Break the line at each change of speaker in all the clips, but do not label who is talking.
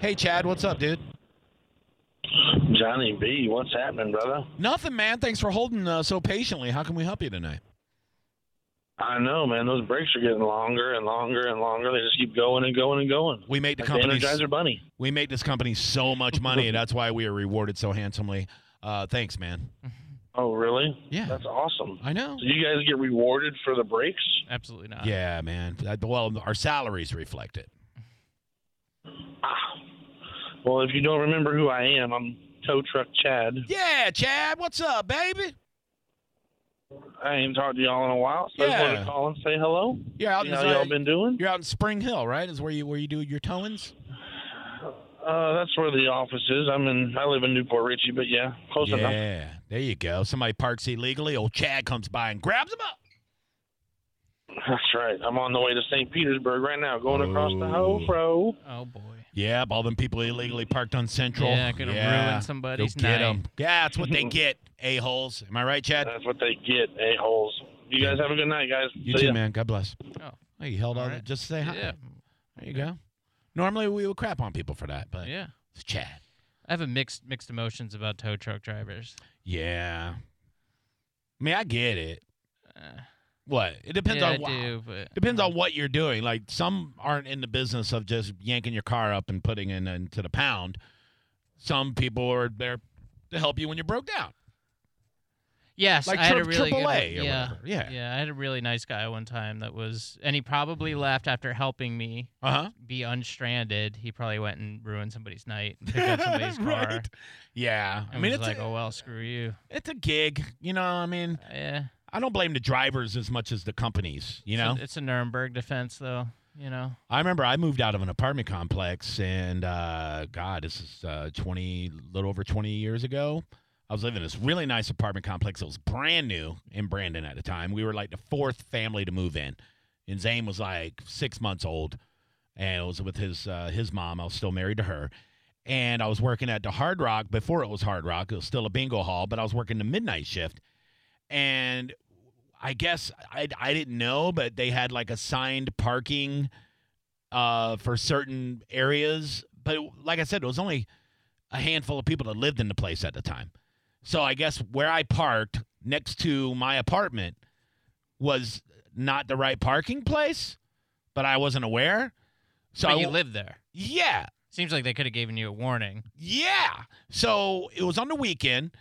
Hey, Chad, what's up, dude?
Johnny B, what's happening, brother?
Nothing, man. Thanks for holding uh, so patiently. How can we help you tonight?
I know, man. Those breaks are getting longer and longer and longer. They just keep going and going and going.
We made the
Like the
company.
Energizer Bunny.
We made this company so much money. that's why we are rewarded so handsomely. Uh, thanks, man.
Oh, really?
Yeah.
That's awesome.
I know.
So you guys get rewarded for the breaks?
Absolutely not.
Yeah, man. That- Well, our salaries reflect it.
Ah. Well, if you don't remember who I am, I'm Tow Truck Chad.
Yeah, Chad, what's up, baby?
I ain't talked to y'all in a while, so I just wanted
Yeah.
to call and say hello.
You're out
See
in
how
uh,
y'all been doing?
You're out in Spring Hill, right? Is where you where you do your towings?
Uh, that's where the office is. I'm in. I live in Newport Richie, but yeah, close enough.
yeah, there you go. Somebody parks illegally. Old Chad comes by and grabs him up.
That's right. I'm on the way to St. Petersburg right now, going across the
Oh.
Hofro.
Oh boy.
Yep, all them people illegally parked on Central.
Yeah, gonna
Yeah,
ruin
go
somebody's
get
night.
'em. Yeah, that's what they get. A holes. Am I right, Chad?
That's what they get, a holes. You guys have a good night, guys.
You
See
too,
ya.
man. God bless.
Oh.
Hey, you held
All
on.
right.
Just say hi.
Yeah.
There you go. Normally we would crap on people for that, but
Yeah.
it's Chad.
I have a mixed mixed emotions about tow truck drivers.
Yeah. I mean, I get it.
Uh,
What? It depends
yeah,
on
I
what.
do, Mm. but
Depends on what you're doing. Like some aren't in the business of just yanking your car up and putting it into the pound. Some people are there to help you when you're broke down.
Yes,
like
I had
tri-
a really good
AAA
one.
or
yeah,
whatever. Yeah.
I had a really nice guy one time that was, and he probably left after helping me
Uh huh.
be unstranded. He probably went and ruined somebody's night, picked up somebody's car.
Right. Yeah. I mean,
it's
it's
like,
a,
oh well, screw you.
it's a gig. You know, I mean,
Yeah,
I don't blame the drivers as much as the companies. You know,
it's a, it's a Nuremberg defense, though. You know,
I remember I moved out of an apartment complex, and uh, God, this is uh, twenty, little over twenty years ago. I was living in this really nice apartment complex. It was brand new in Brandon at the time. We were like the fourth family to move in, and Zane was like six months old, and it was with his uh, his mom. I was still married to her, and I was working at the Hard Rock before it was Hard Rock. It was still a bingo hall, but I was working the midnight shift, and I guess I I didn't know, but they had like assigned parking uh, for certain areas. But like I said, it was only a handful of people that lived in the place at the time. So I guess where I parked next to my apartment was not the right parking place, but I wasn't aware. So I
but you
w-
live there.
yeah,
Seems like they could have given you a warning.
yeah. So it was on the weekend,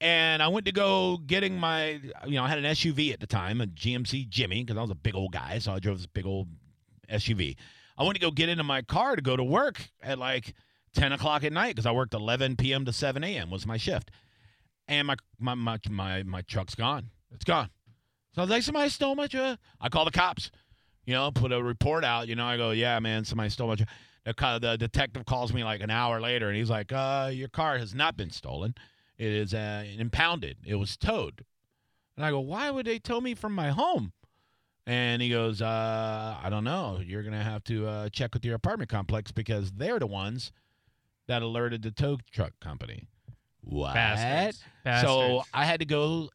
and I went to go getting my, you know, I had an SUV at the time, a GMC Jimmy, because I was a big old guy, so I drove this big old SUV. I went to go get into my car to go to work at like 10 o'clock at night because I worked 11 p.m. to 7 a.m. was my shift, and my my my my, my truck's gone. It's gone. So I was like, somebody stole my truck. I call the cops. You know, put a report out. You know, I go, yeah, man, somebody stole my truck. The, co- the detective calls me like an hour later and he's like, uh, your car has not been stolen. It is uh, impounded. It was towed. And I go, why would they tow me from my home? And he goes, uh, I don't know. You're going to have to uh, check with your apartment complex because they're the ones that alerted the tow truck company. What?
Bastards.
So
Bastards.
I had to go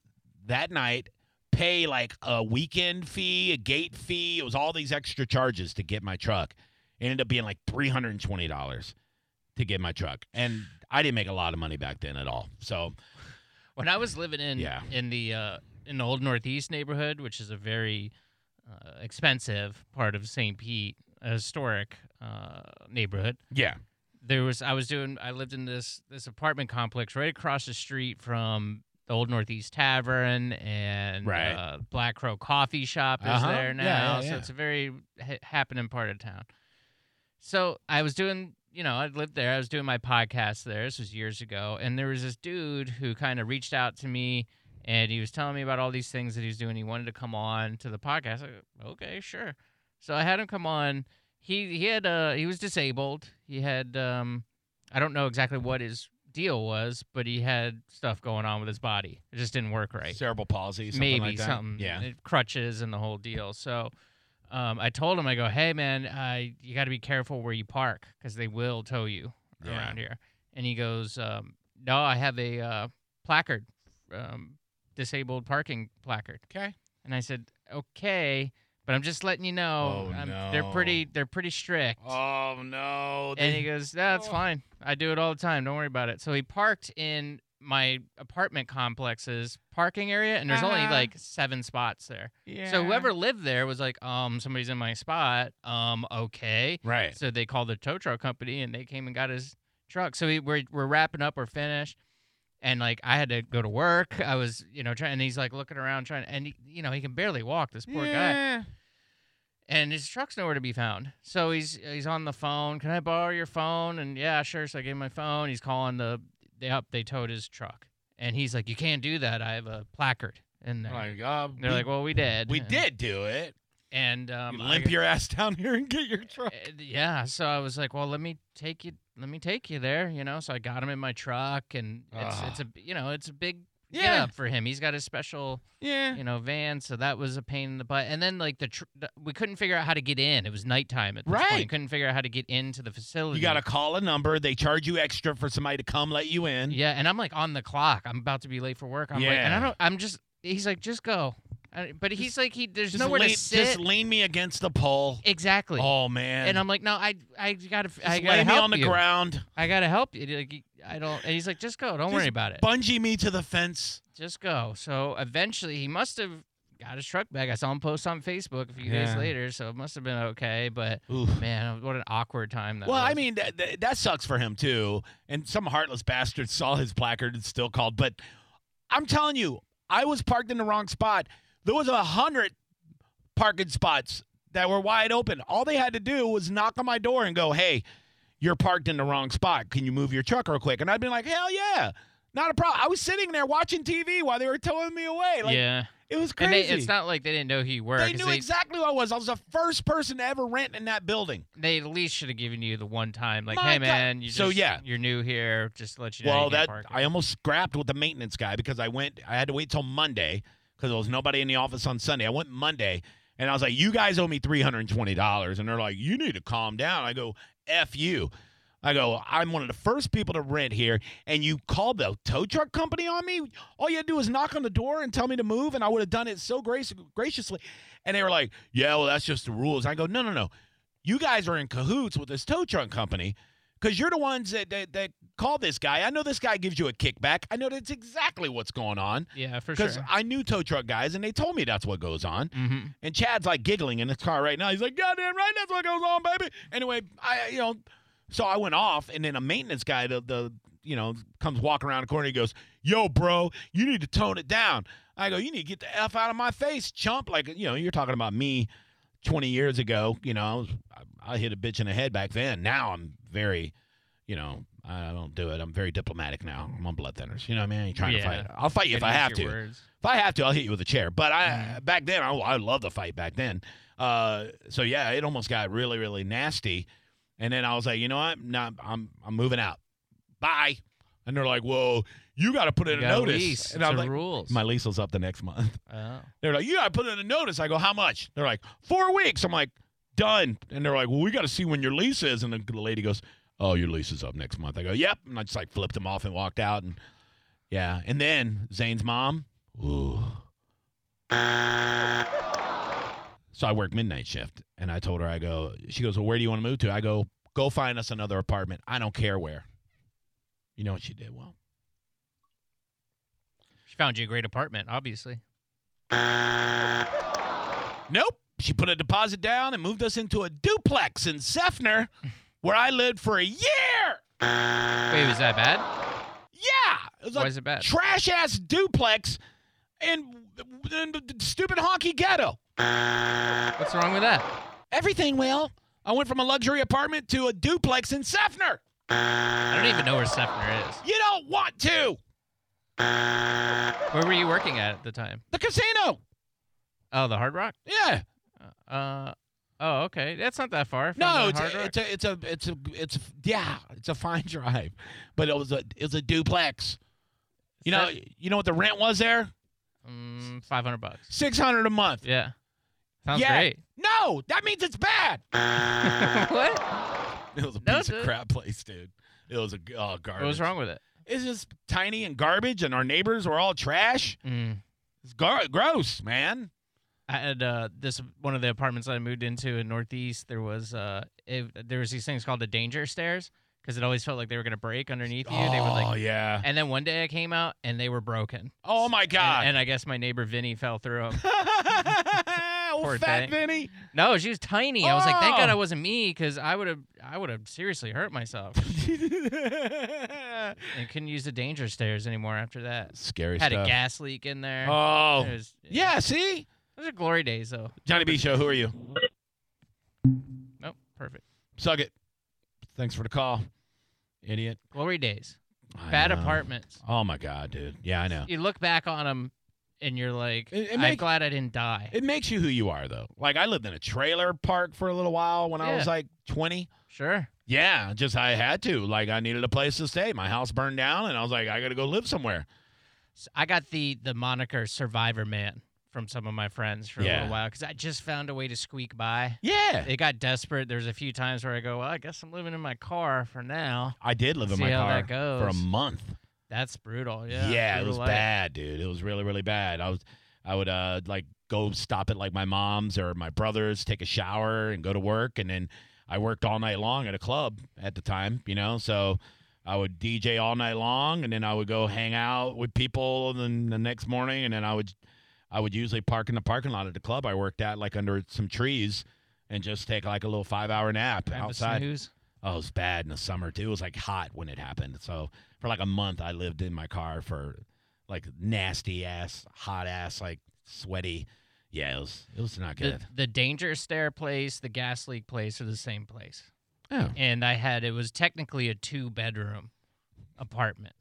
that night, pay like a weekend fee, a gate fee. It was all these extra charges to get my truck. It ended up being like three hundred and twenty dollars to get my truck, and I didn't make a lot of money back then at all. So
when I was living in
Yeah.
in the uh, in the old Northeast neighborhood, which is a very uh, expensive part of St. Pete, a historic uh, neighborhood.
yeah,
There was I was doing I lived in this this apartment complex right across the street from the old Northeast Tavern and
Right.
uh, Black Crow Coffee Shop is
Uh-huh. Yeah,
there now,
yeah, yeah.
so it's a very ha- happening part of town. So I was doing, you know, I lived there. I was doing my podcast there. This was years ago. And there was this dude who kind of reached out to me and he was telling me about all these things that he was doing. He wanted to come on to the podcast. I go, okay, sure. So I had him come on. He he had uh he was disabled. He had um I don't know exactly what his deal was, but he had stuff going on with his body. It just didn't work right
cerebral palsy, something
maybe
like that.
something
Yeah,
it- crutches and the whole deal so um, i told him i go hey man uh, you got to be careful where you park because they will tow you
Yeah.
around here and he goes um, no i have a uh, placard um, disabled parking placard
okay,
and i said okay but But I'm just letting you know,
Oh,
um, they're
no.
pretty they're pretty strict.
Oh no!
And he goes, "No, it's
Oh.
fine. I do it all the time. Don't worry about it." So he parked in my apartment complex's parking area, and there's only
Uh-huh.
like seven spots there.
yeah.
So whoever lived there was like, "Um, somebody's in my spot. Um, okay."
Right.
So they called the tow truck company, and they came and got his truck. So we, we're we're wrapping up. We're finished. And like I had to go to work, I was you know trying, and he's like looking around trying, and he, you know he can barely walk. This poor guy
yeah.
and his truck's nowhere to be found. So he's he's on the phone. Can I borrow your phone? And yeah, sure. So I gave him my phone. He's calling the they up. They towed his truck, and he's like, "You can't do that. I have a placard in there."
Like, uh,
And They're
we,
like, "Well, we did.
we
And-
did do it.
And um,
You
I
limp
go-
your ass down here and get your truck.
uh, yeah. So I was like, "Well, let me take you. Let me take you there." You know. So I got him in my truck, and it's
Ah.
it's a you know it's a big
Yeah.
get up for him. He's got his special
Yeah.
you know van so that was a pain in the butt and then like the, tr- the we couldn't figure out how to get in it was nighttime at this point.
Right.
couldn't figure out how to get into the facility
You got to call a number. They charge you extra for somebody to come let you in.
yeah and i'm like on the clock i'm about to be late for work i'm like and i
Yeah.
don't i'm just he's like just go I- but he's like he there's
Just
nowhere
lean,
to sit
Just lean me against the pole.
exactly
Oh man.
and i'm like no i i gotta
Just
i
lay
gotta
me
help
on the
you
ground.
i gotta help you like, he- i don't and he's like just go don't
Just
worry about it
Bungee me to the fence.
just go so eventually he must have got his truck back i saw him post on facebook a few days
Yeah.
later so it must have been okay but
Oof.
Man, what an awkward time that
Well,
was.
I mean that, that that sucks for him too. And some heartless bastard saw his placard and still called. But I'm telling you, I was parked in the wrong spot. There was a hundred parking spots that were wide open. All they had to do was knock on my door and go, "Hey, you're parked in the wrong spot. Can you move your truck real quick?" And I'd been like, "Hell yeah." Not a problem. I was sitting there watching TV while they were towing me away. Like
yeah.
it was
And
crazy.
they, it's not like they didn't know who you were.
they
'cause
knew
they,
exactly who I was. I was the first person to ever rent in that building.
they at least should have given you the one time, like,
My
hey,
God.
man, you just,
So, yeah.
you're new here. Just to let you know.
Well,
you
that
can't park here."
I almost scrapped with the maintenance guy because I went. I had to wait till Monday because there was nobody in the office on Sunday. I went Monday, and I was like, "You guys owe me three hundred and twenty dollars," and they're like, "You need to calm down." I go, "F you." I go, I'm one of the first people to rent here, and you called the tow truck company on me. All you had to do was knock on the door and tell me to move, and I would have done it so grac- graciously. And they were like, Yeah, well, that's just the rules. I go, No, no, no. You guys are in cahoots with this tow truck company because you're the ones that, that, that call this guy. I know this guy gives you a kickback. I know that's exactly what's going on
yeah, for sure.
because I knew tow truck guys, and they told me that's what goes on.
hmm
And Chad's like giggling in his car right now. He's like, "God damn right, that's what goes on, baby." Anyway, I you know, so I went off, and then a maintenance guy, the the you know, comes walking around the corner. He goes, "Yo, bro, you need to tone it down." I go, "You need to get the f out of my face, chump!" Like you know, you're talking about me. 20 years ago, you know, I, was, I, I hit a bitch in the head back then. Now I'm very, you know, I don't do it. I'm very diplomatic now. I'm on blood thinners. You know what I mean? I ain't trying
Yeah.
to fight. I'll fight you if I have to.
Words.
If I have to, I'll hit you with a chair. But I
Mm-hmm.
back then, I, I love the fight back then. Uh, so yeah, it almost got really, really nasty. And then I was like, you know what? No, I'm I'm moving out. Bye. And they're like, well, you got to put in
You
a
got
notice.
lease.
And
It's
I'm
a
like,
rules.
my lease was up the next month.
oh.
They're like, you got to put in a notice. I go, how much? They're like, four weeks. I'm like, done. And they're like, well, we got to see when your lease is. And the lady goes, oh, your lease is up next month. I go, yep. And I just like flipped them off and walked out. And yeah. And then Zane's mom. Ooh. So I work midnight shift. And I told her, I go, she goes, well, where do you want to move to? I go, go find us another apartment. I don't care where. You know what she did? Well,
She found you a great apartment, obviously.
Nope. She put a deposit down and moved us into a duplex in Zeffner, where I lived for a year.
Wait, was that bad?
Yeah. It was
Why
a
is it bad?
trash ass duplex in, in the stupid honky ghetto.
What's wrong with that?
Everything, Will. I went from a luxury apartment to a duplex in Sefner.
I don't even know where Sefner is.
You don't want to.
Where were you working at at the time?
The casino.
Oh, the Hard Rock.
Yeah.
Uh, oh, okay. That's not that far. From
No,
the
it's
Hard
a,
Rock.
it's a, it's a, it's a, it's a, yeah, it's a fine drive, but it was a, it was a duplex. You know, you know what the rent was there?
Mm, 500 bucks.
Six hundred a month.
Yeah. Sounds
Yeah.
great.
No, that means it's bad.
what?
It was a
No,
piece of
dude.
crap place, dude. It was a oh, garbage.
What was wrong with it?
It's just tiny and garbage, and our neighbors were all trash.
Mm.
It's gar- gross, man.
I had uh, this one of the apartments that I moved into in Northeast. There was uh, it, there was these things called the danger stairs because it always felt like they were gonna break underneath you. They were
oh
like,
yeah.
and then one day I came out and they were broken.
Oh my
And,
God.
and I guess my neighbor Vinny fell through 'em.
Old
Poor
fat
thing.
Vinny.
No, she was tiny. I was like, thank God
Oh.
I wasn't me because I would have I would have seriously hurt myself and couldn't use the danger stairs anymore after that.
Scary
Had
stuff.
a gas leak in there.
Oh.
It was-
Yeah, see?
Those are glory days though.
Johnny B. Show, who are you?
Nope, perfect.
Suck it. Thanks for the call, idiot.
Glory days.
I
Bad
know.
apartments.
Oh, my God, dude. Yeah, I know.
You look back on them and you're like,
It- it
I'm
make-
glad I didn't die.
It makes you who you are, though. Like, I lived in a trailer park for a little while when I was
Yeah.
like 20.
sure.
Yeah, just I had to. Like, I needed a place to stay. My house burned down, and I was like, I got to go live somewhere.
S- I got the the moniker Survivor Man from some of my friends for a
Yeah.
little while because I just found a way to squeak by.
Yeah.
It got desperate. There's a few times where I go, well, I guess I'm living in my car for now.
I did live in
See
my
how
car
that
for a
goes.
month.
That's brutal. Oh, Yeah.
Yeah, it
brutal
was
life.
bad, dude. It was really, really bad. I was, I would uh like go stop at like my mom's or my brother's, take a shower, and go to work, and then I worked all night long at a club at the time, you know. So I would DJ all night long, and then I would go hang out with people, and then the next morning, and then I would, I would usually park in the parking lot at the club I worked at, like under some trees. And just take like a little five hour nap
Have a
outside.
snooze.
Oh, it was bad in the summer too. It was like hot when it happened. So for like a month, I lived in my car for like nasty ass, hot ass, like sweaty. Yeah, it was it was not
The,
good.
the danger stair place, the gas leak place are the same place.
Oh,
And I had, it was technically a two bedroom apartment.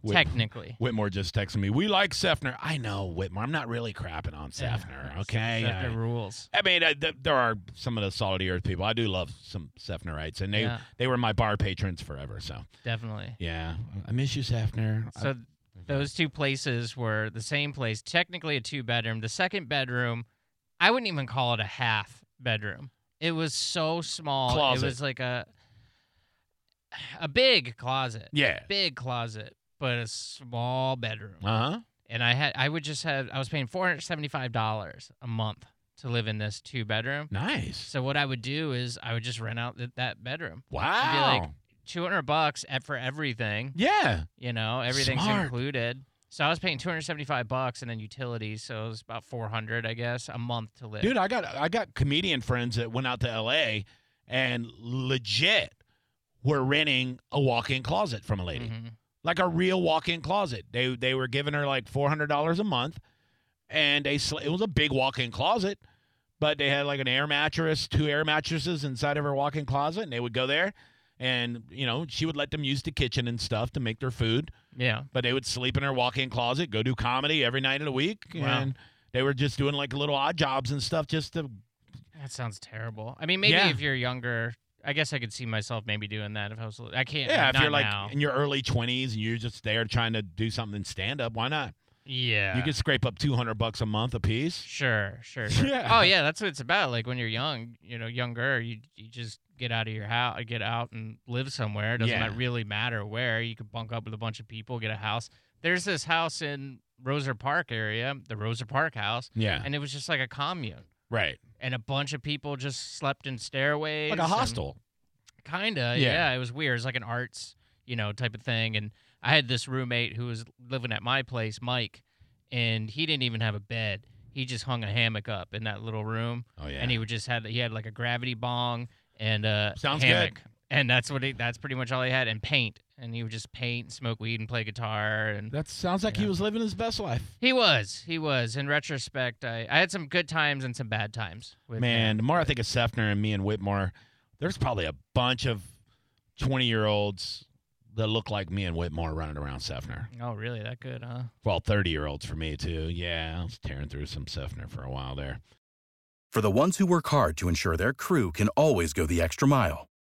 Whit-
technically.
Whitmore just texted me. We like Sefner. I know Whitmore. I'm not really crapping on
Yeah.
Sefner. Okay.
Except the
I-
rules.
I mean, I, th- there are some of the solid earth people. I do love some Sefnerites, and they
Yeah.
they were my bar patrons forever. So
Definitely.
yeah, I miss you, Sefner. I-
So those two places were the same place, technically a two bedroom. The second bedroom, I wouldn't even call it a half bedroom. It was so small.
Closet.
It was like a a big closet.
yeah.
Big closet, but a small bedroom.
Uh huh.
And I had I would just have I was paying $475 a month to live in this two bedroom.
Nice.
So what I would do is I would just rent out th- that bedroom.
Wow.
like- 200 bucks at- for everything
yeah.
you know everything's
Smart.
included so i was paying 275 bucks and then utilities so it was about 400 i guess a month to live
Dude, I got I got comedian friends that went out to LA and legit were renting a walk-in closet from a lady.
Mhm.
Like a real walk-in closet. They they were giving her like $400 a month and they sl- it was a big walk-in closet, but they had like an air mattress, two air mattresses inside of her walk-in closet and they would go there and you know, she would let them use the kitchen and stuff to make their food
yeah
but they would sleep in their walk-in closet, go do comedy every night of the week,
Wow.
and they were just doing like little odd jobs and stuff just to.
that sounds terrible i mean maybe
Yeah.
if you're younger i guess i could see myself maybe doing that if i was a little- i can't
Yeah, if
not
you're like
now.
in your early 20s and you're just there trying to do something stand up, why not?
yeah
You can scrape up 200 bucks a month apiece.
sure sure, sure.
Yeah.
oh yeah that's what it's about like when you're young you know younger you, you just get out of your house get out and live somewhere it doesn't
Yeah.
ma- really matter where you could bunk up with a bunch of people get a house there's this house in roser park area the roser park house
Yeah.
and it was just like a commune
Right.
and a bunch of people just slept in stairways
Like a
and-
hostel.
Kinda,
Yeah.
yeah. It was weird. It was like an arts, you know, type of thing. And I had this roommate who was living at my place, Mike, and he didn't even have a bed. He just hung a hammock up in that little room,
Oh, yeah.
and he would just had he had like a gravity bong and a
Sounds
hammock, and that's what he, that's pretty much all he had, and paint, and he would just paint, and smoke weed, and play guitar, and
that sounds like he
Yeah.
was living his best life.
he was he was. In retrospect, I I had some good times and some bad times. With him.
Man, the more I think of Sefner and me and Whitmore, there's probably a bunch of 20 year olds that look like me and Whitmore running around Sefner.
oh really? That good, huh?
Well, 30 year olds for me, too. Yeah, I was tearing through some Sefner for a while there.
For the ones who work hard to ensure their crew can always go the extra mile,